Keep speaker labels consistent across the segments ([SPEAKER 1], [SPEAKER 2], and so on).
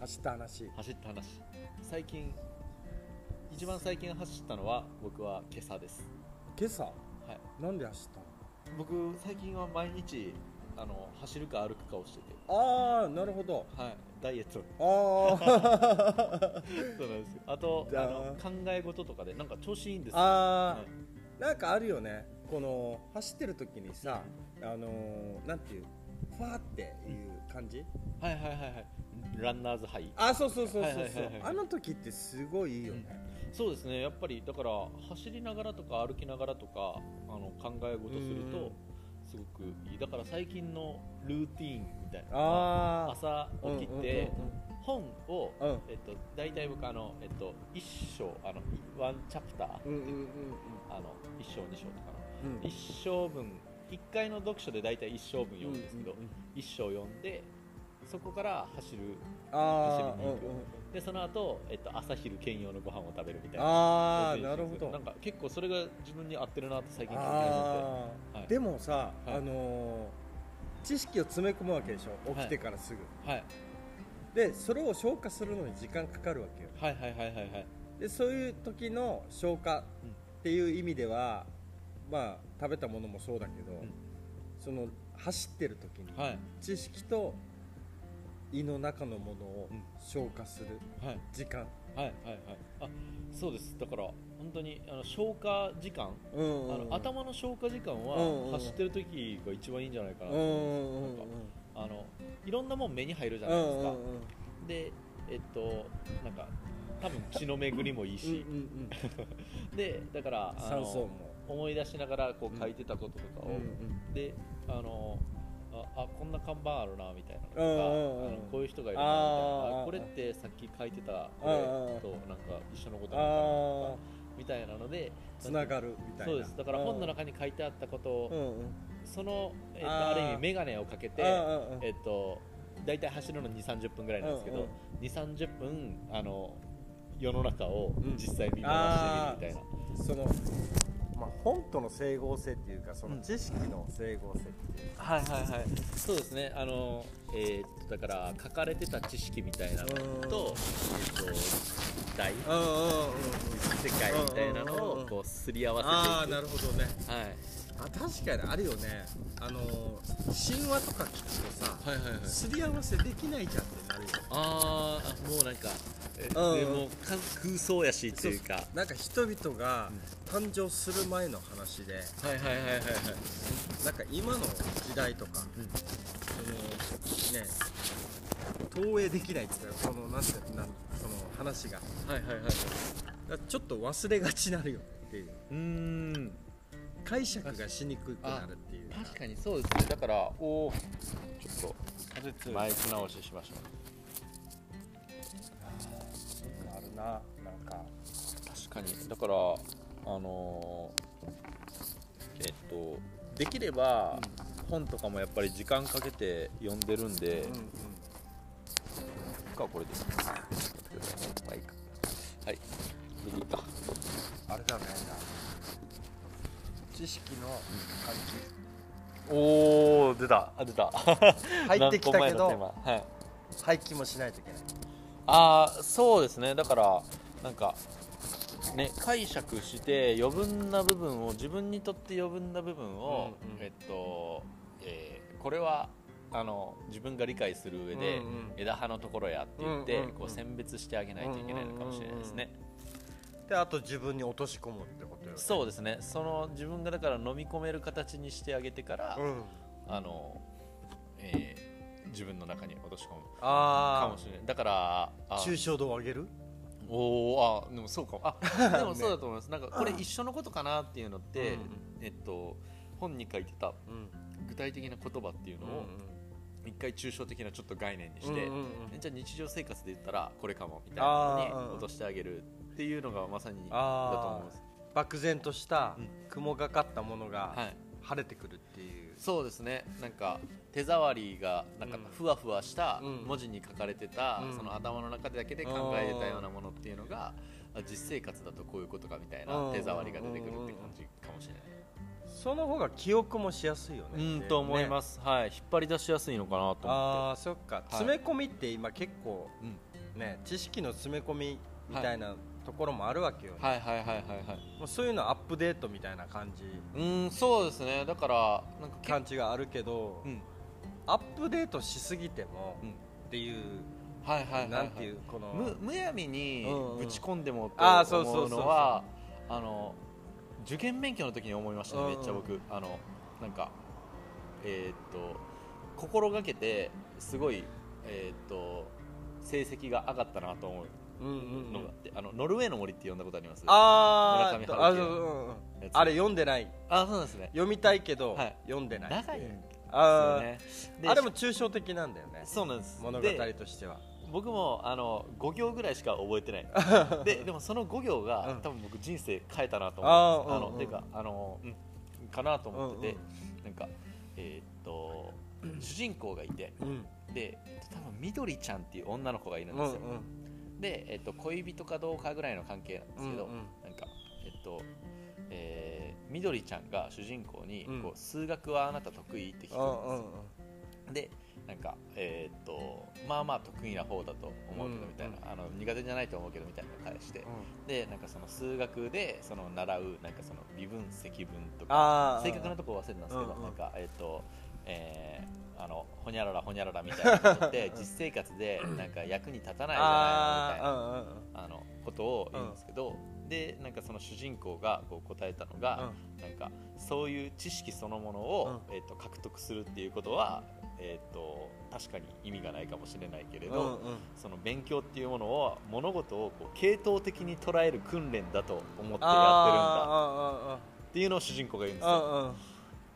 [SPEAKER 1] 走った話
[SPEAKER 2] 走った話最近一番最近走ったのは僕は今朝です、
[SPEAKER 1] 今朝
[SPEAKER 2] はい、
[SPEAKER 1] なんで走ったの
[SPEAKER 2] 僕最近は毎日あの走るか歩くかをしてて
[SPEAKER 1] ああなるほど
[SPEAKER 2] はい、ダイエット
[SPEAKER 1] あー
[SPEAKER 2] そうなんですよあとあ
[SPEAKER 1] じゃあ
[SPEAKER 2] の考え事とかでなんか調子いいんですよ
[SPEAKER 1] あ
[SPEAKER 2] は
[SPEAKER 1] ーなんかあるよねこの走ってる時にさあのーなんていうファーっていう感じ
[SPEAKER 2] いはいはいはいはいランナーズハイ
[SPEAKER 1] あそうそうそうそう
[SPEAKER 2] はい
[SPEAKER 1] そ
[SPEAKER 2] はいうはいはい
[SPEAKER 1] あの時ってすごいいいよね
[SPEAKER 2] そうですねやっぱりだから走りながらとか歩きながらとかあの考え事するとすごくいいだから最近のルーティーンみたいな
[SPEAKER 1] ああ
[SPEAKER 2] 朝起きて
[SPEAKER 1] うんうんうん
[SPEAKER 2] 本を、
[SPEAKER 1] うん
[SPEAKER 2] えっと、大体僕あの、えっと、1章あのいワンチャプター
[SPEAKER 1] うんうんうん
[SPEAKER 2] あの1章2章とかの
[SPEAKER 1] うんうん
[SPEAKER 2] 1章分1回の読書で大体1章分読むんですけど、
[SPEAKER 1] うんうんうん
[SPEAKER 2] 一章読んでそこから走る
[SPEAKER 1] あ
[SPEAKER 2] 走
[SPEAKER 1] ー
[SPEAKER 2] りに
[SPEAKER 1] うんう
[SPEAKER 2] 行
[SPEAKER 1] ん
[SPEAKER 2] くでその後、えっと朝昼兼用のご飯を食べるみたいな
[SPEAKER 1] あ
[SPEAKER 2] 全
[SPEAKER 1] ー
[SPEAKER 2] 然
[SPEAKER 1] なる
[SPEAKER 2] いい
[SPEAKER 1] ほ
[SPEAKER 2] ですよな
[SPEAKER 1] ど
[SPEAKER 2] んか結構それが自分に合ってるなって最近聞き始
[SPEAKER 1] あ
[SPEAKER 2] めて、はい、
[SPEAKER 1] ーでもさ
[SPEAKER 2] はい
[SPEAKER 1] あのー知識を詰め込むわけでしょ起きてからすぐ
[SPEAKER 2] はい、
[SPEAKER 1] でそれを消化するのに時間かかるわけよ
[SPEAKER 2] はいはいはいはいはい
[SPEAKER 1] でそういう時の消化っていう意味では、まあ食べたものもそうだけど、
[SPEAKER 2] ん
[SPEAKER 1] その走ってる時に
[SPEAKER 2] はい
[SPEAKER 1] 知識と胃の中のものを
[SPEAKER 2] うん
[SPEAKER 1] 消化する
[SPEAKER 2] はい
[SPEAKER 1] 時間、
[SPEAKER 2] はいはいはいあそうですだから本当にあの消化時間、
[SPEAKER 1] うんうん
[SPEAKER 2] あの頭の消化時間は、
[SPEAKER 1] うんうん
[SPEAKER 2] 走ってる時が一番いいんじゃないかな、
[SPEAKER 1] うんうんうんうん
[SPEAKER 2] あのいろんなもん目に入るじゃ
[SPEAKER 1] う
[SPEAKER 2] ないです
[SPEAKER 1] ん
[SPEAKER 2] か、
[SPEAKER 1] うんうん
[SPEAKER 2] でえっとなんか多分血の巡りもいいし
[SPEAKER 1] うんうんうん
[SPEAKER 2] でだからあ
[SPEAKER 1] 酸素
[SPEAKER 2] の
[SPEAKER 1] も
[SPEAKER 2] 思い出しながらこう書いてたこととかを、であのああこんな看板あるなみたいなのとか、
[SPEAKER 1] うんうんうん
[SPEAKER 2] あのこういう人がいるなみたいな
[SPEAKER 1] あー
[SPEAKER 2] あこれってさっき書いてたこ
[SPEAKER 1] うんうん
[SPEAKER 2] れとなんか一緒のことなんだ
[SPEAKER 1] あ
[SPEAKER 2] なみたいなので
[SPEAKER 1] つな
[SPEAKER 2] る
[SPEAKER 1] がるみたいな
[SPEAKER 2] そうですだから本の中に書いてあったことを、
[SPEAKER 1] うんうん
[SPEAKER 2] その、えっと
[SPEAKER 1] あ
[SPEAKER 2] あ
[SPEAKER 1] ー
[SPEAKER 2] る意味眼鏡をかけて、
[SPEAKER 1] うんうんうん
[SPEAKER 2] えっと大体走るの2 3 0分ぐらいなんですけど、
[SPEAKER 1] うんうん
[SPEAKER 2] 2 3 0分あの世の中を
[SPEAKER 1] うん
[SPEAKER 2] 実際見回してみるみたいな、
[SPEAKER 1] その、まあ、本との整合性っていうかその
[SPEAKER 2] うん
[SPEAKER 1] 知識の整合性っていうか、
[SPEAKER 2] はいはいはいそうですねあのえーっとだから書かれてた知識みたいなのと、
[SPEAKER 1] う
[SPEAKER 2] え
[SPEAKER 1] ん
[SPEAKER 2] っと大
[SPEAKER 1] うんうんうんうん
[SPEAKER 2] 世界みたいなの
[SPEAKER 1] うんうんう
[SPEAKER 2] を
[SPEAKER 1] ん
[SPEAKER 2] こうすり合わせ
[SPEAKER 1] ああ
[SPEAKER 2] てい
[SPEAKER 1] な
[SPEAKER 2] く
[SPEAKER 1] るほどね
[SPEAKER 2] はい
[SPEAKER 1] あ確かにあるよねあのー神話とか聞くとさ、
[SPEAKER 2] はいはいはい
[SPEAKER 1] すり合わせできないじゃんってなるよ
[SPEAKER 2] あーあもうなんか、え
[SPEAKER 1] うん
[SPEAKER 2] でもか空想やしっていうか
[SPEAKER 1] なんか人々が誕生する前の話で
[SPEAKER 2] はいはいはいはいはい
[SPEAKER 1] なんか今の時代とか、
[SPEAKER 2] うん
[SPEAKER 1] そのね投影できないっていうかそのなんていうのなんその話が
[SPEAKER 2] はいはいはいは
[SPEAKER 1] だからちょっと忘れがちになるよっていう
[SPEAKER 2] いうーん
[SPEAKER 1] 解釈がしにくくなるっていう
[SPEAKER 2] 確かにそうですねだからおおちょっとマイク直ししましょ
[SPEAKER 1] あるななんか
[SPEAKER 2] う確かにだからあのーえっとできれば、本とかもやっぱり時間かけて読んでるんで、
[SPEAKER 1] うんうん
[SPEAKER 2] かこれでまあいいかはいこれでいいか
[SPEAKER 1] あれだね知識の関係
[SPEAKER 2] おお出たあ出 た
[SPEAKER 1] 入って
[SPEAKER 2] 何個
[SPEAKER 1] きたけ
[SPEAKER 2] 前の
[SPEAKER 1] ど
[SPEAKER 2] テーマはい
[SPEAKER 1] 廃棄もしないといけない
[SPEAKER 2] ああそうですねだからなんかね解釈して余分な部分を自分にとって余分な部分を、
[SPEAKER 1] うんうん
[SPEAKER 2] えっと、えーこれはあの自分が理解する上で、
[SPEAKER 1] うんうん
[SPEAKER 2] 枝葉のところやって言って、
[SPEAKER 1] うんうんうん
[SPEAKER 2] こう選別してあげないといけないのかもしれないですね、
[SPEAKER 1] であと自分に落とし込むってことよね
[SPEAKER 2] そうですねその自分がだから飲み込める形にしてあげてから、
[SPEAKER 1] うん
[SPEAKER 2] あの、えー自分の中に落とし込むか
[SPEAKER 1] あ
[SPEAKER 2] もしれないだからあ
[SPEAKER 1] あ抽象度を上げる
[SPEAKER 2] おおあでもそうかもあ でもそうだと思います、なんかこれ一緒のことかなっていうのって、
[SPEAKER 1] うん
[SPEAKER 2] えっと本に書いてた
[SPEAKER 1] うん
[SPEAKER 2] 具体的な言葉っていうのを一回抽象的なちょっと概念に
[SPEAKER 1] う
[SPEAKER 2] し
[SPEAKER 1] ん
[SPEAKER 2] て、
[SPEAKER 1] うんうん
[SPEAKER 2] えじゃあ日常生活で言ったらこれかもみたいな
[SPEAKER 1] あ
[SPEAKER 2] の
[SPEAKER 1] ー
[SPEAKER 2] に落としてあげるっていうのがまさにだと
[SPEAKER 1] あー
[SPEAKER 2] 思います
[SPEAKER 1] 漠然とした
[SPEAKER 2] うん
[SPEAKER 1] 雲がかったもの
[SPEAKER 2] は
[SPEAKER 1] が
[SPEAKER 2] い
[SPEAKER 1] 晴れてくるっていう
[SPEAKER 2] そうですねなんか手触りがなんか
[SPEAKER 1] うん
[SPEAKER 2] ふわふわした
[SPEAKER 1] うん
[SPEAKER 2] 文字に書かれてた、
[SPEAKER 1] うん
[SPEAKER 2] その頭の中だけで考えてたようなものっていうのがあ実生活だとこういうことかみたい
[SPEAKER 1] うん
[SPEAKER 2] な手触りが出てくるって感じかもしれない
[SPEAKER 1] その方が記憶もしやすいよね
[SPEAKER 2] うんと思いますす、はい引っ張り出しやすいのかなと思っ
[SPEAKER 1] あーそっか
[SPEAKER 2] い
[SPEAKER 1] 詰め込みって今結構
[SPEAKER 2] てうん
[SPEAKER 1] ね知識の詰め込みみたいなところもあるわけよ、ね
[SPEAKER 2] はいはいはいはいはい
[SPEAKER 1] もうそういうのアップデートみたいな感じ
[SPEAKER 2] うーんそうですねだからなんか結
[SPEAKER 1] 感じがあるけど、
[SPEAKER 2] うん
[SPEAKER 1] アップデートしすぎても、
[SPEAKER 2] うん
[SPEAKER 1] っていう、
[SPEAKER 2] はいはいはい、は、
[SPEAKER 1] ないんていうこの
[SPEAKER 2] むむやみに
[SPEAKER 1] うんうん
[SPEAKER 2] ぶち込んでもって
[SPEAKER 1] あーそうそう
[SPEAKER 2] 思う
[SPEAKER 1] そう
[SPEAKER 2] のはあの受験勉強の時に思いましたね
[SPEAKER 1] うんう
[SPEAKER 2] め
[SPEAKER 1] ん
[SPEAKER 2] っちゃ僕あのなんかえーっと心がけてすごいえーっと成績が上がったなと思う
[SPEAKER 1] うんうんう
[SPEAKER 2] のがあっ
[SPEAKER 1] ん、
[SPEAKER 2] て、あのノルウェーの森って呼んだことあります
[SPEAKER 1] あ
[SPEAKER 2] 村上春樹
[SPEAKER 1] ーあそううんうん
[SPEAKER 2] やつ
[SPEAKER 1] あれ読んでない
[SPEAKER 2] あそうなんですね
[SPEAKER 1] 読みたいけど、
[SPEAKER 2] はい
[SPEAKER 1] 読んでない
[SPEAKER 2] 長いんですよ
[SPEAKER 1] あ
[SPEAKER 2] ね
[SPEAKER 1] ーあれも抽象的なんだよね
[SPEAKER 2] そうなんです
[SPEAKER 1] 物語
[SPEAKER 2] で
[SPEAKER 1] としては
[SPEAKER 2] 僕もあの5行ぐらいしか覚えてない ででもその5行が、
[SPEAKER 1] うん
[SPEAKER 2] 多分僕人生変えたなと思
[SPEAKER 1] あ
[SPEAKER 2] って
[SPEAKER 1] ー
[SPEAKER 2] あ
[SPEAKER 1] うん
[SPEAKER 2] の
[SPEAKER 1] うん
[SPEAKER 2] ていうかあの、うん、かなと思ってて、
[SPEAKER 1] うん
[SPEAKER 2] なんかえーっと主人公がいて
[SPEAKER 1] うん
[SPEAKER 2] で多分みどりちゃんっていう女の子がいるん
[SPEAKER 1] う
[SPEAKER 2] で
[SPEAKER 1] ん
[SPEAKER 2] すよ、で、えーっと恋人かどうかぐらいの関係なんで
[SPEAKER 1] う
[SPEAKER 2] す
[SPEAKER 1] ん
[SPEAKER 2] けど、
[SPEAKER 1] うん
[SPEAKER 2] なんかえっとえーみどりちゃんが主人公に、
[SPEAKER 1] うん
[SPEAKER 2] こう数学はあなた得意って聞くんです
[SPEAKER 1] う
[SPEAKER 2] よ
[SPEAKER 1] んうん
[SPEAKER 2] でなんかえーっとまあまあ得意な方だと思うけどみたいな、あの苦手じゃないと思うけどみたいな返して、でなんかその数学でその習うなんかその微分積分とか
[SPEAKER 1] ああ
[SPEAKER 2] 正確なところ忘れたんですけど、
[SPEAKER 1] うんうん
[SPEAKER 2] なんかえーっとえーあのほにゃららほにゃららみたいなことっ て
[SPEAKER 1] うん
[SPEAKER 2] 実生活でなんか役に立たないじゃないのみたいな
[SPEAKER 1] あ
[SPEAKER 2] あのことを言うんですけど、でなんかその主人公がこう答えたの
[SPEAKER 1] あうんうん
[SPEAKER 2] が、なんかそういう知識そのものを、えっと獲得するっていうことは、えっと確かに意味がないかもしれないけれど、
[SPEAKER 1] うんうん
[SPEAKER 2] その勉強っていうものを物事をこう系統的に捉える訓練だと思ってやってるんだ
[SPEAKER 1] あ
[SPEAKER 2] っていうのを主人公が言うん
[SPEAKER 1] ー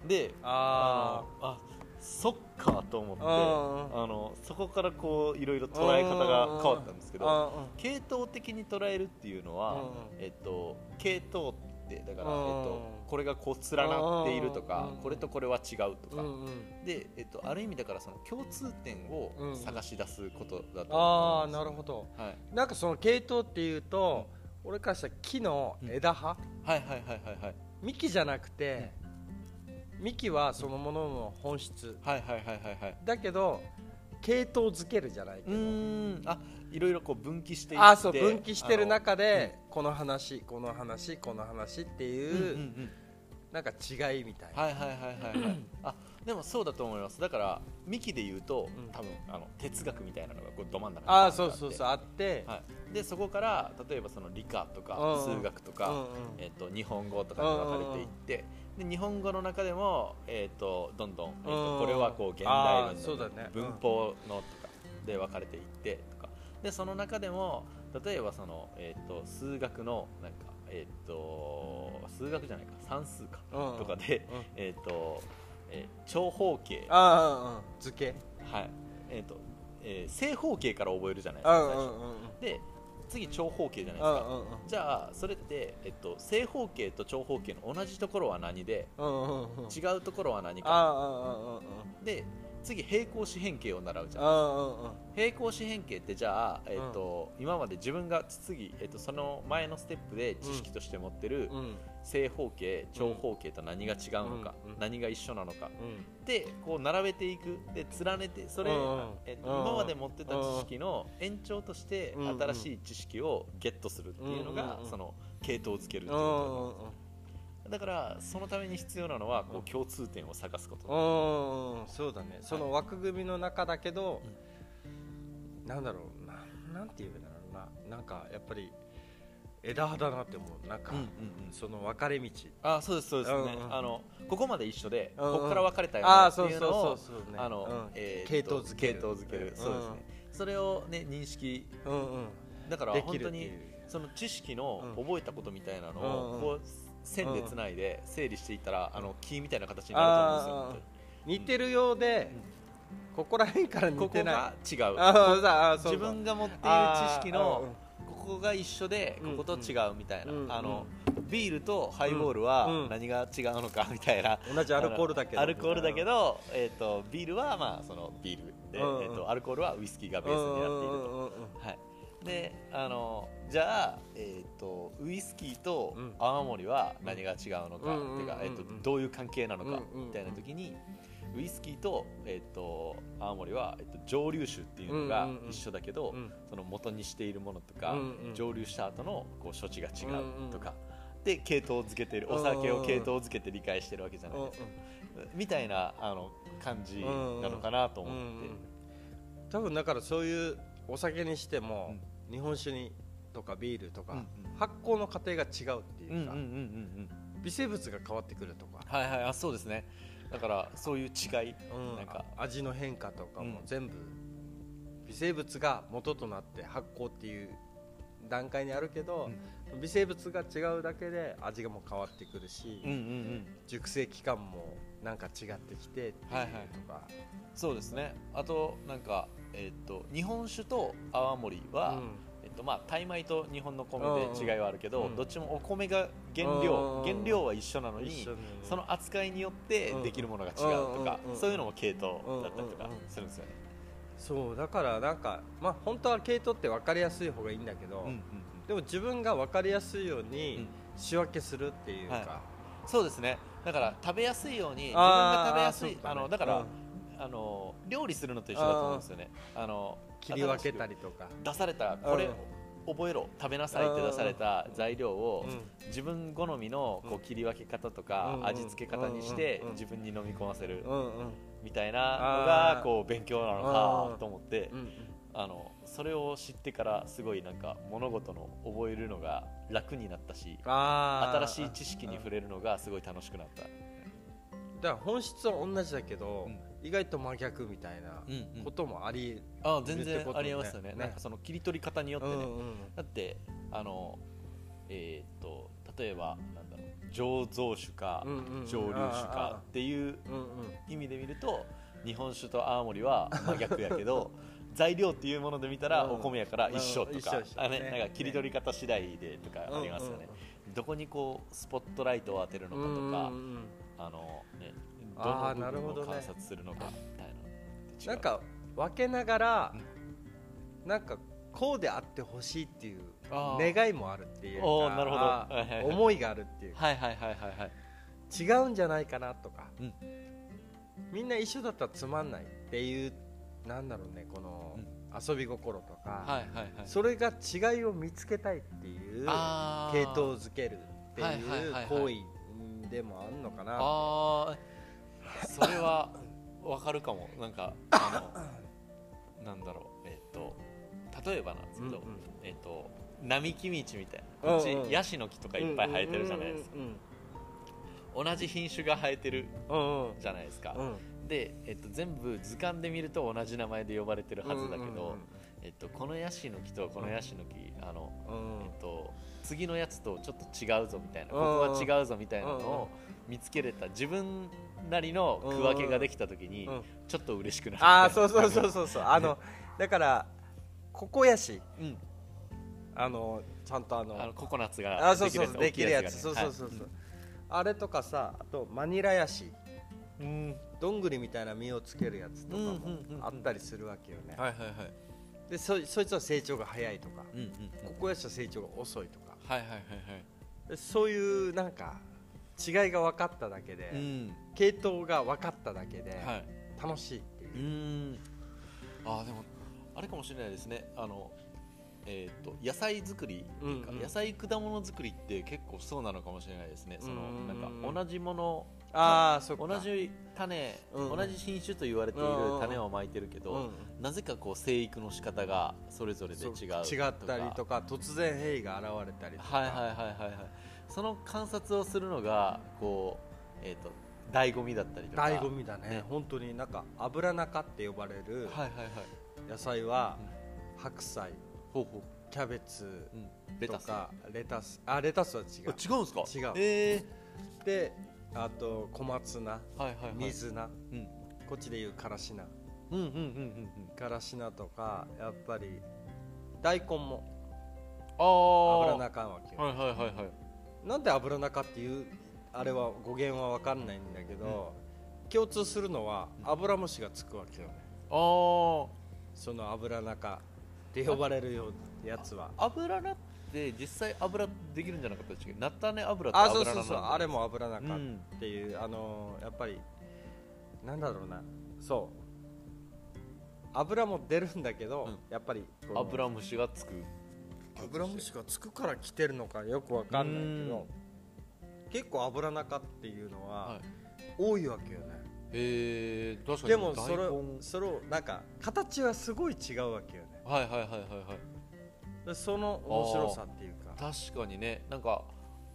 [SPEAKER 2] です
[SPEAKER 1] あーあー
[SPEAKER 2] よ。であ
[SPEAKER 1] うんうんあ
[SPEAKER 2] のあそっかと思って、
[SPEAKER 1] うんうん
[SPEAKER 2] あのそこからこういろいろ捉え方が変わったんですけど、
[SPEAKER 1] あー
[SPEAKER 2] 系統的に捉えるっていうのは、
[SPEAKER 1] うん
[SPEAKER 2] えっと、系統ってだから、えっ
[SPEAKER 1] うん
[SPEAKER 2] と、これがこう連なっているとか
[SPEAKER 1] うん
[SPEAKER 2] これとこれは違うと
[SPEAKER 1] う
[SPEAKER 2] か、
[SPEAKER 1] んうん
[SPEAKER 2] で、えっと、ある意味だからその共通点を
[SPEAKER 1] うん
[SPEAKER 2] 探し出すことだと思
[SPEAKER 1] あ
[SPEAKER 2] うんで
[SPEAKER 1] ー
[SPEAKER 2] すよ
[SPEAKER 1] なるほど
[SPEAKER 2] はい、
[SPEAKER 1] なんかその系統っていうと俺からしたら木の枝葉
[SPEAKER 2] はいはいはいはいはい
[SPEAKER 1] 幹じゃなくて幹はそのものの本質
[SPEAKER 2] はいはいはいはいはい
[SPEAKER 1] だけど系統づけるじゃないけ
[SPEAKER 2] う
[SPEAKER 1] ど
[SPEAKER 2] ーんあいろいろこう分岐していって
[SPEAKER 1] あそう分岐してる中で
[SPEAKER 2] あ
[SPEAKER 1] この話この話この話って
[SPEAKER 2] のうんうん
[SPEAKER 1] いううんなんか違いみたいな
[SPEAKER 2] はいはいはいはいはいあでもそうだと思いますだから幹で言うと、
[SPEAKER 1] うん
[SPEAKER 2] 多分あの哲学みたいなのがこうど真ん中に
[SPEAKER 1] あーそうそう
[SPEAKER 2] う
[SPEAKER 1] そうあって
[SPEAKER 2] はい、でそこから例えばその理科とか
[SPEAKER 1] うん
[SPEAKER 2] 数学と
[SPEAKER 1] うん
[SPEAKER 2] か、
[SPEAKER 1] うん
[SPEAKER 2] えっと日本語とかに分かれていってで日本語の中でも、えっとどんどん、えっ
[SPEAKER 1] う
[SPEAKER 2] と
[SPEAKER 1] ん
[SPEAKER 2] これはこう現代
[SPEAKER 1] あー
[SPEAKER 2] 文
[SPEAKER 1] そう
[SPEAKER 2] と
[SPEAKER 1] だ
[SPEAKER 2] か、
[SPEAKER 1] ね
[SPEAKER 2] 文法のとかで分かれていってとかでその中でも例えばその、えっと数学のなんか、えっと数学じゃないか算数か
[SPEAKER 1] うん
[SPEAKER 2] とかで、
[SPEAKER 1] うん
[SPEAKER 2] えっとえー長方形、は
[SPEAKER 1] ああ図形
[SPEAKER 2] いえっとえー正方形から覚えるじゃないです
[SPEAKER 1] う
[SPEAKER 2] か
[SPEAKER 1] ん
[SPEAKER 2] 最初
[SPEAKER 1] うんうんうん
[SPEAKER 2] で次長方形じゃないです
[SPEAKER 1] う
[SPEAKER 2] か、
[SPEAKER 1] んうんうん
[SPEAKER 2] じゃあそれって、えっと、正方形と長方形の同じところは何で
[SPEAKER 1] うんうんうん
[SPEAKER 2] 違うところは何
[SPEAKER 1] ああ
[SPEAKER 2] か
[SPEAKER 1] あ
[SPEAKER 2] で次平行四辺形を習うじ
[SPEAKER 1] あ
[SPEAKER 2] ゃん
[SPEAKER 1] ああ
[SPEAKER 2] 平行四辺形ってじゃあ、えっと今まで自分が次、えっと、その前のステップで知識として持ってる
[SPEAKER 1] うんうん
[SPEAKER 2] 正方形長方形と何が違うのか、
[SPEAKER 1] うんうん
[SPEAKER 2] 何が一緒なのかでこう並べていくで連ねてそれ、
[SPEAKER 1] うんうん
[SPEAKER 2] えっと
[SPEAKER 1] うんうん
[SPEAKER 2] 今まで持ってた知識の延長として
[SPEAKER 1] うんうん
[SPEAKER 2] 新しい知識をゲットするっていうの
[SPEAKER 1] うん
[SPEAKER 2] が
[SPEAKER 1] うんうん
[SPEAKER 2] その系統づけるって
[SPEAKER 1] う
[SPEAKER 2] い
[SPEAKER 1] ん
[SPEAKER 2] う
[SPEAKER 1] う
[SPEAKER 2] こ
[SPEAKER 1] んうん
[SPEAKER 2] とだからそのために必要なのはこ
[SPEAKER 1] うん
[SPEAKER 2] う共通点を探すこと
[SPEAKER 1] うんそうだねその枠組みの中だけど、なんだろうななんて言うんだろうななんかやっぱり枝葉だなって思うなんか、
[SPEAKER 2] うんうんうん
[SPEAKER 1] その分かれ道
[SPEAKER 2] あそうですそうですね、
[SPEAKER 1] うんうん
[SPEAKER 2] あのここまで一緒で、
[SPEAKER 1] うんうん
[SPEAKER 2] ここから分かれたよ
[SPEAKER 1] あ
[SPEAKER 2] ね
[SPEAKER 1] あ
[SPEAKER 2] って
[SPEAKER 1] そう
[SPEAKER 2] い
[SPEAKER 1] そう
[SPEAKER 2] うのを
[SPEAKER 1] そうそうね
[SPEAKER 2] あの、
[SPEAKER 1] うん
[SPEAKER 2] えーっと
[SPEAKER 1] 系統づける
[SPEAKER 2] 系統づける、
[SPEAKER 1] うん
[SPEAKER 2] そうですねそれをね認識
[SPEAKER 1] うんうん
[SPEAKER 2] だから
[SPEAKER 1] で
[SPEAKER 2] 本
[SPEAKER 1] きる
[SPEAKER 2] 当
[SPEAKER 1] ってい
[SPEAKER 2] に
[SPEAKER 1] う
[SPEAKER 2] その知識の
[SPEAKER 1] うん
[SPEAKER 2] 覚えたことみたいなの
[SPEAKER 1] うんう
[SPEAKER 2] を
[SPEAKER 1] ん
[SPEAKER 2] こう線でつないで整理していったらあの木みたいな形になると思うんですよ
[SPEAKER 1] 似てるようで、ここら辺から
[SPEAKER 2] 本当にこ
[SPEAKER 1] 似
[SPEAKER 2] こ
[SPEAKER 1] てない
[SPEAKER 2] が違う
[SPEAKER 1] あーあーそう
[SPEAKER 2] 自
[SPEAKER 1] そう
[SPEAKER 2] 分が持っている知
[SPEAKER 1] あー
[SPEAKER 2] 識のここが一緒で
[SPEAKER 1] うん
[SPEAKER 2] ここと違うみたいな
[SPEAKER 1] うん
[SPEAKER 2] あのビールとハイボールは
[SPEAKER 1] うん
[SPEAKER 2] 何が違うのかみたいな
[SPEAKER 1] うん同じアルコールだけど
[SPEAKER 2] アルコールだけどえっとビールはまあそのビールで
[SPEAKER 1] うんうん
[SPEAKER 2] えっとアルコールはウイスキーがベ
[SPEAKER 1] うん
[SPEAKER 2] ー
[SPEAKER 1] う
[SPEAKER 2] ス
[SPEAKER 1] ん
[SPEAKER 2] になっていると
[SPEAKER 1] うんうん
[SPEAKER 2] はい、であのじゃあ、えー、とウイスキーと
[SPEAKER 1] うん
[SPEAKER 2] 泡盛は何が違うのか、
[SPEAKER 1] うん
[SPEAKER 2] っていうか、
[SPEAKER 1] うん
[SPEAKER 2] え
[SPEAKER 1] うん
[SPEAKER 2] ー、と
[SPEAKER 1] うん
[SPEAKER 2] どういう関係なのか
[SPEAKER 1] うんうん
[SPEAKER 2] みたいな時に、ウイスキーと,、えっと青森は、えっと蒸留酒っていうのが
[SPEAKER 1] うんうんうん
[SPEAKER 2] 一緒だけど、
[SPEAKER 1] うん
[SPEAKER 2] その元にしているものとか、
[SPEAKER 1] うんうん
[SPEAKER 2] 蒸留した後のこう処置が違うとか、で系統をつけてるお酒を系統をつけて理解してるわけじゃないですか、みたいなあの感じなのかなと思って、
[SPEAKER 1] 多分だからそういうお酒にしても、
[SPEAKER 2] う
[SPEAKER 1] 日本酒にとかビールとか、
[SPEAKER 2] うんうん
[SPEAKER 1] 発酵の過程が違うって
[SPEAKER 2] うんうん
[SPEAKER 1] いう
[SPEAKER 2] うん
[SPEAKER 1] か、
[SPEAKER 2] うんうん
[SPEAKER 1] 微生物が変わってくるとか,、
[SPEAKER 2] はいはいあそうですねだからそういう違い、
[SPEAKER 1] うん
[SPEAKER 2] なんか
[SPEAKER 1] 味の変化とかも
[SPEAKER 2] うん
[SPEAKER 1] 全部、微生物が元となって発酵っていう段階にあるけど、微生物が違うだけで味がもう変わってくるし、
[SPEAKER 2] うんうんうん
[SPEAKER 1] 熟成期間もなんか違ってきてっていうとか、
[SPEAKER 2] はいはいそうですねあとなんかえっと日本酒と泡盛は、
[SPEAKER 1] うん
[SPEAKER 2] えっとまあ、タイ米と日本の米で違いはあるけど、
[SPEAKER 1] うん
[SPEAKER 2] どっちもお米が原
[SPEAKER 1] う
[SPEAKER 2] 料
[SPEAKER 1] ん
[SPEAKER 2] 原料は一緒なのに
[SPEAKER 1] 一緒に
[SPEAKER 2] その扱いによってできるものが違うとか、
[SPEAKER 1] うんうん
[SPEAKER 2] そういうのも系統だったりとか
[SPEAKER 1] うんうんうん
[SPEAKER 2] するんですよね、
[SPEAKER 1] そうだからなんかまあ本当は系統って分かりやすい方がいいんだけど、でも自分が分かりやすいように仕分けするっていうか、
[SPEAKER 2] そうですねだから食べやすいように自分が
[SPEAKER 1] あー
[SPEAKER 2] 食べやすい
[SPEAKER 1] そうだ
[SPEAKER 2] あ
[SPEAKER 1] ね
[SPEAKER 2] のだから、
[SPEAKER 1] うん
[SPEAKER 2] あの料理するのと一緒だと思うんですよねあの
[SPEAKER 1] 切り分けた
[SPEAKER 2] り
[SPEAKER 1] りとか、
[SPEAKER 2] 出されたこれ
[SPEAKER 1] うん
[SPEAKER 2] 覚えろ食べなさいって出された材料を
[SPEAKER 1] うん
[SPEAKER 2] 自分好みのこう切り分け方とか
[SPEAKER 1] うん
[SPEAKER 2] 味付け方にして
[SPEAKER 1] うん
[SPEAKER 2] 自分に飲み込ませる
[SPEAKER 1] うんうん
[SPEAKER 2] みたいなのが
[SPEAKER 1] あー
[SPEAKER 2] こう勉強なの
[SPEAKER 1] う
[SPEAKER 2] か
[SPEAKER 1] ん
[SPEAKER 2] と思って
[SPEAKER 1] うん
[SPEAKER 2] あのそれを知ってからすごいなんか物事の覚えるのが楽になったし
[SPEAKER 1] あー
[SPEAKER 2] 新しい知識に触れるのがすごい楽しくなった。
[SPEAKER 1] だから本質は同じだけど、
[SPEAKER 2] うん
[SPEAKER 1] 意外と真逆みたいな
[SPEAKER 2] うんうん
[SPEAKER 1] こともあり、
[SPEAKER 2] あ全
[SPEAKER 1] 言って
[SPEAKER 2] 然
[SPEAKER 1] ことね
[SPEAKER 2] ありえますよね
[SPEAKER 1] ね
[SPEAKER 2] なんかその切り取り方によってね、
[SPEAKER 1] うんうん
[SPEAKER 2] だってあのえーっと例えばなんだろう醸造酒か
[SPEAKER 1] うんうんうん
[SPEAKER 2] 蒸留酒
[SPEAKER 1] あーあー
[SPEAKER 2] かっていう
[SPEAKER 1] うんうん
[SPEAKER 2] 意味で見ると日本酒と青森は真逆やけ ど材料っていうもので見たら
[SPEAKER 1] うん
[SPEAKER 2] お米やから一緒とか
[SPEAKER 1] うん一緒一緒
[SPEAKER 2] あね
[SPEAKER 1] ね
[SPEAKER 2] なんか切り取り方次第でとかありますよね
[SPEAKER 1] うん
[SPEAKER 2] どこにこうスポットライトを当てるのかとか
[SPEAKER 1] うんうんうん
[SPEAKER 2] あのねどの
[SPEAKER 1] あー
[SPEAKER 2] 部
[SPEAKER 1] なるほ
[SPEAKER 2] 分
[SPEAKER 1] ど
[SPEAKER 2] を
[SPEAKER 1] ね
[SPEAKER 2] 観察するのかみたいなのって違う
[SPEAKER 1] なんか分けながら、なんかこうであってほしいっていう
[SPEAKER 2] あー
[SPEAKER 1] 願いもあるっていうか
[SPEAKER 2] おーなるほど
[SPEAKER 1] あ
[SPEAKER 2] はいはいはい
[SPEAKER 1] ー思いがあるっていうか
[SPEAKER 2] はいはいはいはいはい
[SPEAKER 1] 違うんじゃないかなとか、
[SPEAKER 2] うん
[SPEAKER 1] みんな一緒だったらつまんないっていうなんだろうねこの
[SPEAKER 2] うん
[SPEAKER 1] 遊び心とか、
[SPEAKER 2] はいはいはい
[SPEAKER 1] それが違いを見つけたいっていう
[SPEAKER 2] あー
[SPEAKER 1] 系統づけるってい
[SPEAKER 2] はいうはいはいはい
[SPEAKER 1] 行為でもあるのかな
[SPEAKER 2] ああそれはわかるかもなんかあのなんだろうえっ、と例えばなんですけど、
[SPEAKER 1] うんうん
[SPEAKER 2] えっ、と並木道みたいなこっち、
[SPEAKER 1] うんうん
[SPEAKER 2] ヤシの木とかいっぱい生えてるじゃないですか、同じ品種が生えてる
[SPEAKER 1] うんうんうん
[SPEAKER 2] じゃないですか、
[SPEAKER 1] うんうん
[SPEAKER 2] で、えっと全部図鑑で見ると同じ名前で呼ばれてるはずだけど、えっとこのヤシの木とこのヤシの木、あの
[SPEAKER 1] うんうんうん
[SPEAKER 2] えっと、次のやつとちょっと違うぞみたいなここは違うぞみたいなのを見つけれた自分なりの区分けができた時に
[SPEAKER 1] うんうん
[SPEAKER 2] ちょっと嬉しくなる
[SPEAKER 1] ああそうそうそうそうそうあのだからここやし
[SPEAKER 2] うん
[SPEAKER 1] あのちゃんとあの
[SPEAKER 2] あのココナッツが
[SPEAKER 1] あそうそうそうできるやつそ
[SPEAKER 2] 大き
[SPEAKER 1] う
[SPEAKER 2] いがね
[SPEAKER 1] そうそうそう
[SPEAKER 2] はい
[SPEAKER 1] あれとかさあとマニラヤシ
[SPEAKER 2] うん
[SPEAKER 1] どんぐりみたいな実をつけるやつとか
[SPEAKER 2] うんう
[SPEAKER 1] も
[SPEAKER 2] んうんうん
[SPEAKER 1] あったりするわけよね
[SPEAKER 2] はいはいはい
[SPEAKER 1] でそそいつは成長が早いとか
[SPEAKER 2] うんうん
[SPEAKER 1] ここやしは成長が遅いとか
[SPEAKER 2] はいはいはい
[SPEAKER 1] でそういうなんか違いが分かっただけで、
[SPEAKER 2] はいうん
[SPEAKER 1] 系統が分かっただけで
[SPEAKER 2] はい
[SPEAKER 1] 楽しいっていうう、
[SPEAKER 2] んあーでもあれかもしれないですねあのえー、と野菜作りっていうか、
[SPEAKER 1] うんうん
[SPEAKER 2] 野菜果物作りって結構そうなのかもしれないですねその
[SPEAKER 1] うん
[SPEAKER 2] な
[SPEAKER 1] うんん
[SPEAKER 2] か同じもの
[SPEAKER 1] ああそっか
[SPEAKER 2] 同じ種、
[SPEAKER 1] うん
[SPEAKER 2] 同じ品種と言われている種をまいてるけど、
[SPEAKER 1] うん
[SPEAKER 2] なぜかこう生育の仕方がそれぞれで違う
[SPEAKER 1] そう違ったりとか突然変異が現れたりとか、
[SPEAKER 2] はいはいはいはいはいその観察をするのがこうえっ、と醍醐味だったりとか
[SPEAKER 1] 醍醐味だね
[SPEAKER 2] ね
[SPEAKER 1] 本当になんか油中って呼ばれる
[SPEAKER 2] はいはいはい
[SPEAKER 1] 野菜は白菜
[SPEAKER 2] ほうほ
[SPEAKER 1] キャベツ
[SPEAKER 2] う、うん、レ
[SPEAKER 1] と
[SPEAKER 2] タス
[SPEAKER 1] かレタスあレタスは違
[SPEAKER 2] あ
[SPEAKER 1] う
[SPEAKER 2] 違うんですか
[SPEAKER 1] 違う
[SPEAKER 2] え
[SPEAKER 1] であと小松菜
[SPEAKER 2] ー、はいはいはい
[SPEAKER 1] 水菜
[SPEAKER 2] うん
[SPEAKER 1] こっちでいうからし菜
[SPEAKER 2] うんうんうんうんうん
[SPEAKER 1] からし菜とかやっぱり大根も
[SPEAKER 2] あ
[SPEAKER 1] 油
[SPEAKER 2] あ
[SPEAKER 1] 中なわけよ
[SPEAKER 2] はいはいはいはい
[SPEAKER 1] なんで油中っていうあれは語源は分かんないんだけど、共通するのは油虫がつくわけよね
[SPEAKER 2] あー
[SPEAKER 1] その油中って呼ばれるようやつは
[SPEAKER 2] 油菜って実際油できるんじゃなかったでしたっけ菜種油と
[SPEAKER 1] あそ
[SPEAKER 2] 油菜
[SPEAKER 1] うそうそう
[SPEAKER 2] なんだ
[SPEAKER 1] あれも油中っていう、あのやっぱりなんだろうなそう油も出るんだけど、
[SPEAKER 3] うん
[SPEAKER 1] やっぱりこの
[SPEAKER 2] 油虫がつく
[SPEAKER 1] 油虫がつくから来てるのかよくわかんないけど結構油中っていうの
[SPEAKER 2] は
[SPEAKER 1] はい多いわけよね、
[SPEAKER 2] へえ確かに
[SPEAKER 1] でもそ
[SPEAKER 2] 大
[SPEAKER 1] れ
[SPEAKER 2] 根
[SPEAKER 1] それをなんか形はすごい違うわけよね
[SPEAKER 2] はいはいはいはいはい
[SPEAKER 1] でその面白さっていうか
[SPEAKER 2] 確かにねなんか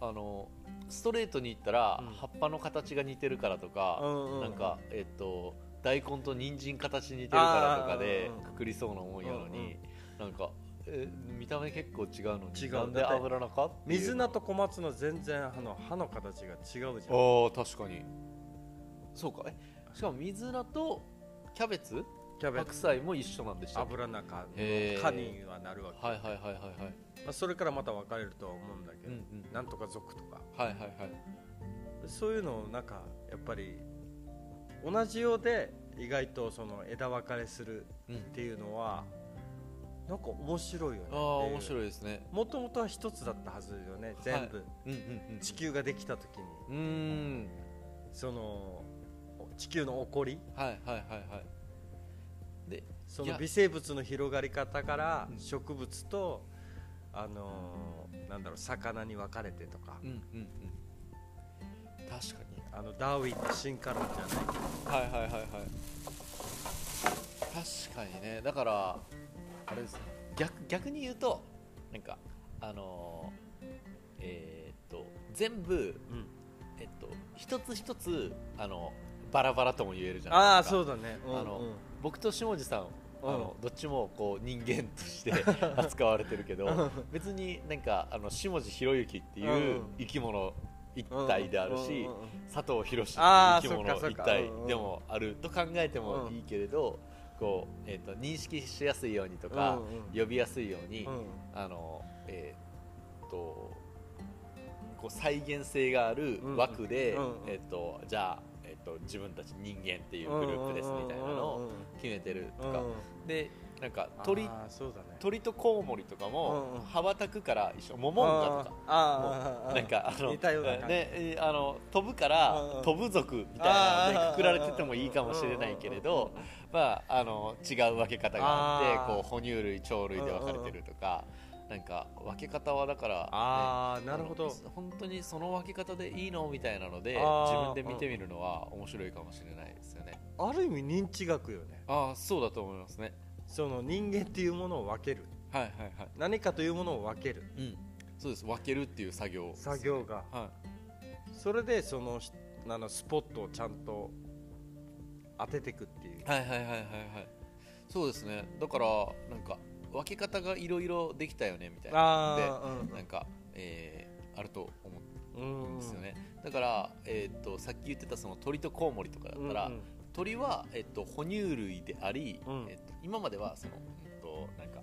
[SPEAKER 2] あのストレートにいったら、
[SPEAKER 1] うん
[SPEAKER 2] 葉っぱの形が似てるからと
[SPEAKER 1] う
[SPEAKER 2] か、
[SPEAKER 1] んうん
[SPEAKER 2] なんかえっと大根と人参形似てるからとかで
[SPEAKER 1] あーうんうん
[SPEAKER 2] くくりそうな思いやのに、なんかえ見た目結構違うのに
[SPEAKER 1] 違う
[SPEAKER 2] なんで
[SPEAKER 1] だって
[SPEAKER 2] 油中っていう
[SPEAKER 1] 水菜と小松の全然あの歯の形が違うじゃん
[SPEAKER 2] ああ確かにそうかえしかも水菜とキャベツ
[SPEAKER 1] キャベ
[SPEAKER 2] 白
[SPEAKER 1] ツ
[SPEAKER 2] 菜も一緒なんでしたっけ
[SPEAKER 1] 油中の
[SPEAKER 2] へー
[SPEAKER 1] 蚊にはなるわけ、
[SPEAKER 2] はいはいはいはいはい
[SPEAKER 1] まあ、それからまた分かれるとは思うんだけ
[SPEAKER 2] う
[SPEAKER 1] ど
[SPEAKER 2] ん、うん
[SPEAKER 1] なんとか族とか
[SPEAKER 2] はいはいはい
[SPEAKER 1] そういうのをなんかやっぱり同じようで意外とその枝分かれする
[SPEAKER 2] うん
[SPEAKER 1] っていうのはなんか面白いよね
[SPEAKER 2] ああ面
[SPEAKER 1] い
[SPEAKER 2] 白いですね
[SPEAKER 1] もともとは一つだったはずよね全部、
[SPEAKER 2] うんうん
[SPEAKER 1] 地球ができた時に
[SPEAKER 2] うんうーん
[SPEAKER 1] その地球の起こり
[SPEAKER 2] はいはいはいはいで
[SPEAKER 1] そ
[SPEAKER 2] い
[SPEAKER 1] の
[SPEAKER 2] や
[SPEAKER 1] 微生物の広がり方から
[SPEAKER 2] うん
[SPEAKER 1] 植物と、あのーなんだろう魚に分かれてとか、
[SPEAKER 2] うんうんうん確かに
[SPEAKER 1] あのダーウィンの進化論じゃないけど
[SPEAKER 2] はいはいはいはい確かにねだからあれですね逆逆に言うとなんかあのーえーっと全部えっと一つ一つあのバラバラとも言えるじゃ
[SPEAKER 1] あ
[SPEAKER 2] ない
[SPEAKER 1] あ
[SPEAKER 2] ですか
[SPEAKER 1] そうだね、うん
[SPEAKER 2] あ の
[SPEAKER 1] うん
[SPEAKER 2] 僕と下地さんあのどっちもこう人間として 扱われてるけど別になんかあの下地博之っていう
[SPEAKER 1] うん
[SPEAKER 2] 生き物一体であるし、
[SPEAKER 1] うんうんうん
[SPEAKER 2] 佐藤博士
[SPEAKER 1] あ
[SPEAKER 2] っ
[SPEAKER 1] ー
[SPEAKER 2] ていう生き
[SPEAKER 1] そ
[SPEAKER 2] 物
[SPEAKER 1] っかそっ
[SPEAKER 2] 一
[SPEAKER 1] か
[SPEAKER 2] 体
[SPEAKER 1] うんうん
[SPEAKER 2] でもあると考えても
[SPEAKER 1] うん
[SPEAKER 2] いいけれど、こうえー、と認識しやすいようにとか、
[SPEAKER 1] うんうん
[SPEAKER 2] 呼びやすいように、
[SPEAKER 1] うん
[SPEAKER 2] あのえーっとこう再現性がある
[SPEAKER 1] うんうん
[SPEAKER 2] 枠で、
[SPEAKER 1] うんうん
[SPEAKER 2] えーっとじゃあ、えーっと自分たち人間っていうグループですみたいなのを決めてるとか、でなんか鳥
[SPEAKER 1] あーそうだね
[SPEAKER 2] 鳥とコウモリとか
[SPEAKER 1] うんう
[SPEAKER 2] も
[SPEAKER 1] ん
[SPEAKER 2] 羽ばたくから一緒モモンガとか
[SPEAKER 1] あーあーあー
[SPEAKER 2] なんかあの
[SPEAKER 1] 似たような感じ
[SPEAKER 2] ねえーあの飛ぶから
[SPEAKER 1] うんうん
[SPEAKER 2] 飛ぶ族みたいなの
[SPEAKER 1] あ
[SPEAKER 2] で
[SPEAKER 1] ー
[SPEAKER 2] くくられててもいいかもしれないけれどまああの違う分け方があっ
[SPEAKER 1] あ
[SPEAKER 2] て
[SPEAKER 1] ー
[SPEAKER 2] こう哺乳類鳥類で分かれてるとかなんか分け方はだから
[SPEAKER 1] あー
[SPEAKER 2] ね
[SPEAKER 1] なるほど
[SPEAKER 2] あの本当にその分け方でいいのみたいなので
[SPEAKER 1] あー
[SPEAKER 2] 自分で見てみるのは面白いかもしれないですよね
[SPEAKER 1] ある意味認知学よね
[SPEAKER 2] ああそうだと思いますね
[SPEAKER 1] その人間っていうものを分ける
[SPEAKER 2] はいはいはい
[SPEAKER 1] 何かというものを分ける
[SPEAKER 2] うんそうです分けるっていう作業ですね
[SPEAKER 1] 作業が
[SPEAKER 2] は
[SPEAKER 1] それでそのしあのスポットをちゃんと当てていくっていう
[SPEAKER 2] いはいはいはいはいはいそうですねだからなんか分け方がいろいろできたよねみたいな
[SPEAKER 1] ああ
[SPEAKER 2] なんか、えーあると思
[SPEAKER 1] うん
[SPEAKER 2] うんですよね、だから、えー、とさっき言ってたその鳥とコウモリとかだったら、
[SPEAKER 1] うんうん
[SPEAKER 2] 鳥は、えっと哺乳類であり、
[SPEAKER 1] うん
[SPEAKER 2] えっと今まではその、うんとなんか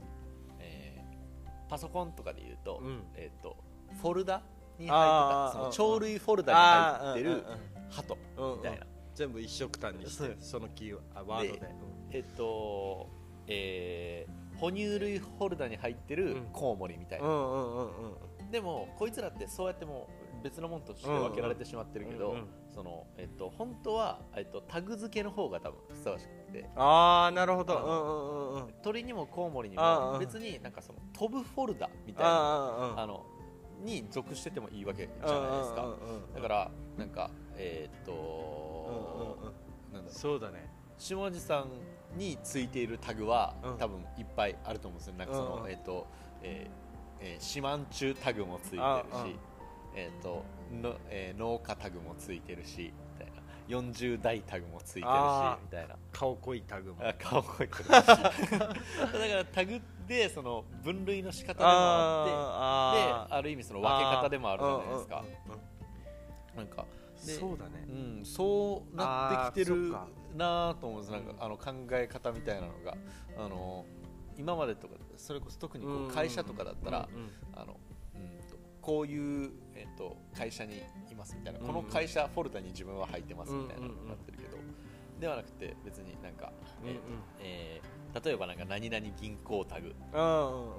[SPEAKER 2] えーパソコンとかで言うと,、
[SPEAKER 1] うん
[SPEAKER 2] えっとフォルダに入って
[SPEAKER 1] あ
[SPEAKER 2] たそ
[SPEAKER 1] ーうんう
[SPEAKER 2] の
[SPEAKER 1] ん
[SPEAKER 2] 鳥類フォルダに入って
[SPEAKER 1] あ
[SPEAKER 2] る
[SPEAKER 1] ーうんうん
[SPEAKER 2] 鳩
[SPEAKER 1] うんうん
[SPEAKER 2] みたいな、
[SPEAKER 1] 全部一色単にし
[SPEAKER 2] そう
[SPEAKER 1] てそのキーワあワード
[SPEAKER 2] で
[SPEAKER 1] で
[SPEAKER 2] えっと、えー哺乳類フォルダに入ってる
[SPEAKER 1] うん
[SPEAKER 2] コウモリみたい
[SPEAKER 1] うんう
[SPEAKER 2] な、
[SPEAKER 1] んうんうんうん
[SPEAKER 2] でもこいつらってそうやってもう別のもんとして分けられてしまってるけど、
[SPEAKER 1] うんうん
[SPEAKER 2] そのえっと本当は、えっと、タグ付けの方が多分ふさわしくて
[SPEAKER 1] ああなるほ
[SPEAKER 2] あ
[SPEAKER 1] どうんうんうんうん
[SPEAKER 2] 鳥にもコウモリに
[SPEAKER 1] ああ
[SPEAKER 2] も別になんかその飛ぶフォルダみたいな
[SPEAKER 1] あ
[SPEAKER 2] あのに属しててもいいわけじゃないですかだからなんかえーっとなんだろう
[SPEAKER 1] そうだね
[SPEAKER 2] 下地さんについているタグは
[SPEAKER 1] うん
[SPEAKER 2] 多分いっぱいあると思うんですよなんかそ
[SPEAKER 1] うん
[SPEAKER 2] の
[SPEAKER 1] うん
[SPEAKER 2] えーっとえーえー四万中タグもついてる
[SPEAKER 1] ああ
[SPEAKER 2] しえーっとのえー農家タグもついてるしみたいな40代タグもついてるし
[SPEAKER 1] ああ
[SPEAKER 2] みたいな
[SPEAKER 1] 顔濃いタグも
[SPEAKER 2] あ顔覚えて るだからタグでその分類の仕方でもあって
[SPEAKER 1] あーあ
[SPEAKER 2] である意味その分け方でもあるじゃないですか
[SPEAKER 1] うんうんうん
[SPEAKER 2] なんか、で
[SPEAKER 1] そうだね
[SPEAKER 2] うん、そうなってきてる
[SPEAKER 1] あーそ
[SPEAKER 2] なあと思うんですなんかあの考え方みたいなのがあの今までとかそれこそ特にこ
[SPEAKER 1] うんうん
[SPEAKER 2] う会社とかだったら、
[SPEAKER 1] うんうん
[SPEAKER 2] あのうんとこういう、えっと会社にいますみたいな、
[SPEAKER 1] うん
[SPEAKER 2] この会社フォルダに自分は入ってますみたいな
[SPEAKER 1] うんうんうん
[SPEAKER 2] なってるけど、ではなくて別になんか、え
[SPEAKER 1] うんうん
[SPEAKER 2] えー例えばなんか何々銀行タグ
[SPEAKER 1] うんうんうん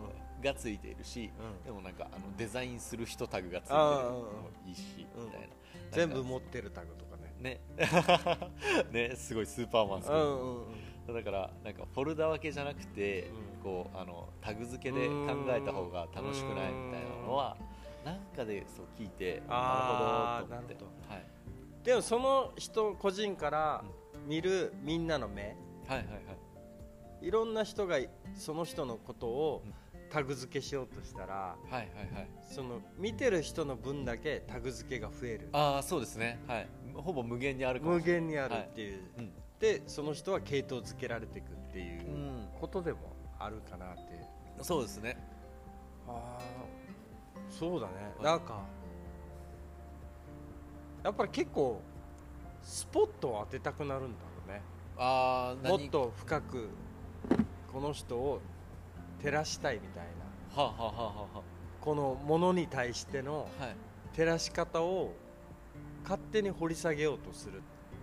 [SPEAKER 2] がついているし、
[SPEAKER 1] うん
[SPEAKER 2] でもなんかあのデザインする人タグがついてる
[SPEAKER 1] あー
[SPEAKER 2] のもいいし、
[SPEAKER 1] うん
[SPEAKER 2] みたいななんか
[SPEAKER 1] 全部持ってるタグとかね
[SPEAKER 2] ね ねすごいスーパーマンす
[SPEAKER 1] うん
[SPEAKER 2] ご
[SPEAKER 1] うんうん
[SPEAKER 2] いだからなんかフォルダ分けじゃなくて、
[SPEAKER 1] うん
[SPEAKER 2] こうあのタグ付けで考えた方が楽しくないみたいなのはなんかでそう聞いてな
[SPEAKER 1] あ
[SPEAKER 2] る
[SPEAKER 1] ー
[SPEAKER 2] ほどと思って
[SPEAKER 1] なる
[SPEAKER 2] はい
[SPEAKER 1] でもその人個人から見るみんなの目
[SPEAKER 2] はいはいはい
[SPEAKER 1] いろんな人がその人のことをタグ付けしようとしたら
[SPEAKER 2] はいはいはい
[SPEAKER 1] その見てる人の分だけタグ付けが増える
[SPEAKER 2] ああそうですねはいほぼ無限にあるかも
[SPEAKER 1] 無
[SPEAKER 2] しれない
[SPEAKER 1] 限にあるっていう、
[SPEAKER 2] はいうん
[SPEAKER 1] でその人は系統付けられていくっていううんことでもあるかなって
[SPEAKER 2] そうですね
[SPEAKER 1] ああそうだね
[SPEAKER 2] はい
[SPEAKER 1] なんかやっぱり結構スポットを当てたくなるんだろうね
[SPEAKER 2] ああ
[SPEAKER 1] もっと深くこの人を照らしたいみたいな
[SPEAKER 2] はあ、はあはあは
[SPEAKER 1] このものに対しての
[SPEAKER 2] あ、はい
[SPEAKER 1] 照らし方を勝手に掘り下げようとする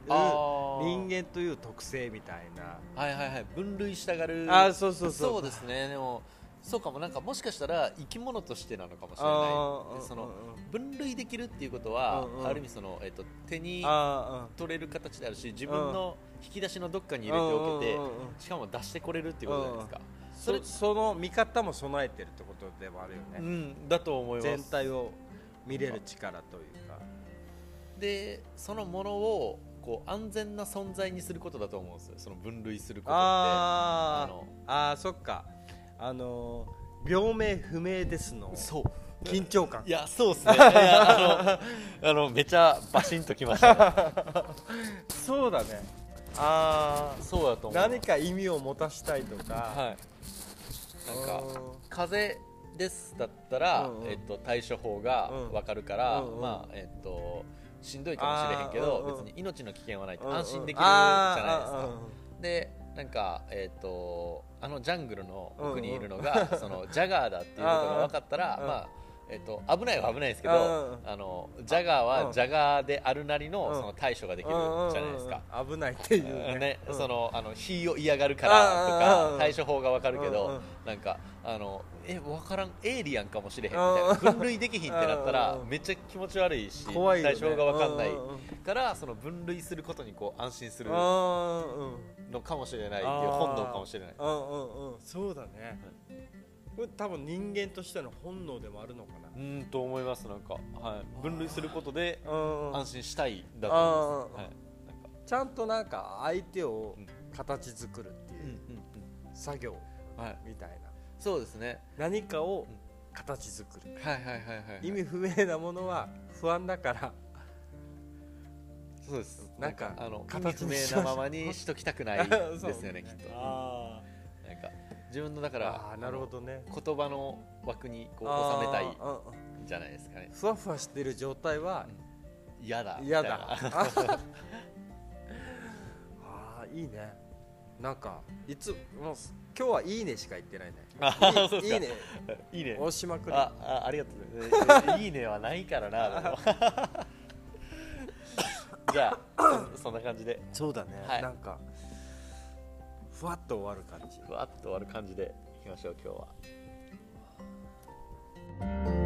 [SPEAKER 2] あー
[SPEAKER 1] 人間という特性みたいな
[SPEAKER 2] はいはいはい分類したがる
[SPEAKER 1] あーそうそうそう
[SPEAKER 2] ですねでもそうかもなんかもしかしたら生き物としてなのかもしれ
[SPEAKER 1] あ
[SPEAKER 2] ないで
[SPEAKER 1] ー
[SPEAKER 2] そ
[SPEAKER 1] うん
[SPEAKER 2] の
[SPEAKER 1] うん
[SPEAKER 2] 分類できるっていうことは、
[SPEAKER 1] うんうん
[SPEAKER 2] ある意味その、えっと手に
[SPEAKER 1] あ
[SPEAKER 2] 取れる形であるし自分の引き出しのどっかに入れておけて、
[SPEAKER 1] うんうんうんうん
[SPEAKER 2] しかも出してこれるっていうことじゃないですか、
[SPEAKER 1] あ
[SPEAKER 2] それ
[SPEAKER 1] そその見方も備えてるってことでもあるよ
[SPEAKER 2] う
[SPEAKER 1] ね、
[SPEAKER 2] ん、だと思います
[SPEAKER 1] 全体を見れる力というか
[SPEAKER 2] でそのものをこう安全な存在にすることだと思うんですよその分類することって
[SPEAKER 1] あ
[SPEAKER 2] あの
[SPEAKER 1] ーあーそっかあのー病名不明ですの
[SPEAKER 2] そう
[SPEAKER 1] 緊張感
[SPEAKER 2] いやそうですねいやあのあのめちゃバシンときました、ね、
[SPEAKER 1] そうだねああ
[SPEAKER 2] そうだと思う
[SPEAKER 1] 何か意味を持たしたいとか、
[SPEAKER 2] はいなんか風邪ですだったら、
[SPEAKER 1] うんうん
[SPEAKER 2] えっと、対処法が
[SPEAKER 1] うん
[SPEAKER 2] わかるから、
[SPEAKER 1] うんうん
[SPEAKER 2] まあえっとしんどいかもしれへんけど、
[SPEAKER 1] あーうんうん
[SPEAKER 2] 別に命の危険はないって
[SPEAKER 1] うんうん
[SPEAKER 2] 安心できるじゃないですか、
[SPEAKER 1] あ
[SPEAKER 2] でなんかえっ、とあのジャングルの奥にいるの
[SPEAKER 1] うん
[SPEAKER 2] が、 そのジャガーだっていうことが分かったら
[SPEAKER 1] うん
[SPEAKER 2] まあえっと危ないは危ないですけど、
[SPEAKER 1] うん
[SPEAKER 2] あのジャガー
[SPEAKER 1] う
[SPEAKER 2] は
[SPEAKER 1] ん
[SPEAKER 2] ジャガーであるなりの,、
[SPEAKER 1] うん
[SPEAKER 2] その対処がで
[SPEAKER 1] ー
[SPEAKER 2] きるじゃないですか、
[SPEAKER 1] うんうんうん危ないっていうね
[SPEAKER 2] ね
[SPEAKER 1] うん
[SPEAKER 2] そのあの火を嫌がるからと
[SPEAKER 1] うんうんう
[SPEAKER 2] か
[SPEAKER 1] ん
[SPEAKER 2] 対処法が分かるけど、
[SPEAKER 1] うんうん
[SPEAKER 2] なんかあのえ分からんエイリアンかもしれへんみたいな分類できひんってなったら
[SPEAKER 1] うんうん
[SPEAKER 2] めっちゃ気持ち悪いし
[SPEAKER 1] 怖いよ、ね、
[SPEAKER 2] 対処法が分かんない
[SPEAKER 1] うんうんうん
[SPEAKER 2] からその分類することにこう安心する
[SPEAKER 1] あーうん
[SPEAKER 2] のかもしれないっていう
[SPEAKER 1] あー
[SPEAKER 2] 本能かもしれない。
[SPEAKER 1] うんうんうんそうだね、これ多分人間としての本能でもあるのかな
[SPEAKER 2] うーんと思いますなんか、はい、分類することで
[SPEAKER 1] うんうん
[SPEAKER 2] 安心したいだと思います、
[SPEAKER 1] あー
[SPEAKER 2] はいなんか
[SPEAKER 1] ちゃんとなんか相手を
[SPEAKER 2] うん
[SPEAKER 1] 形作るって
[SPEAKER 2] うん
[SPEAKER 1] いう作業
[SPEAKER 2] うんはい、
[SPEAKER 1] みたいな
[SPEAKER 2] そうですね
[SPEAKER 1] 何かを
[SPEAKER 2] うん
[SPEAKER 1] 形作る
[SPEAKER 2] はいはいはいはい、
[SPEAKER 1] 意味不明なものは不安だから
[SPEAKER 2] そうです
[SPEAKER 1] なんか
[SPEAKER 2] あ の
[SPEAKER 1] 形
[SPEAKER 2] 意
[SPEAKER 1] にし
[SPEAKER 2] 味不
[SPEAKER 1] まし
[SPEAKER 2] 明
[SPEAKER 1] ょう
[SPEAKER 2] なままにしときた くない
[SPEAKER 1] そう
[SPEAKER 2] ですよねきっと
[SPEAKER 1] あ
[SPEAKER 2] なんか自分のだか
[SPEAKER 1] ー
[SPEAKER 2] ら
[SPEAKER 1] あーなるほどね
[SPEAKER 2] あの言葉の枠にこう収めたい
[SPEAKER 1] あーうんうん
[SPEAKER 2] んじゃないですかね
[SPEAKER 1] ふわふわしてる状態は
[SPEAKER 2] 嫌だ
[SPEAKER 1] 嫌
[SPEAKER 2] み
[SPEAKER 1] だ
[SPEAKER 2] たいな
[SPEAKER 1] あーいいねなんかいつもう今日はいいねしか言ってないね
[SPEAKER 2] あそうっす
[SPEAKER 1] いい
[SPEAKER 2] か
[SPEAKER 1] いいね
[SPEAKER 2] いいね
[SPEAKER 1] 押しまくる
[SPEAKER 2] ああありがとうございます いいねはないからなでもじゃあそそんな感じで
[SPEAKER 1] そうだね、
[SPEAKER 2] はい
[SPEAKER 1] なんかふわっと終わる感じ
[SPEAKER 2] ふわっと終わる感じでいきましょう今日は。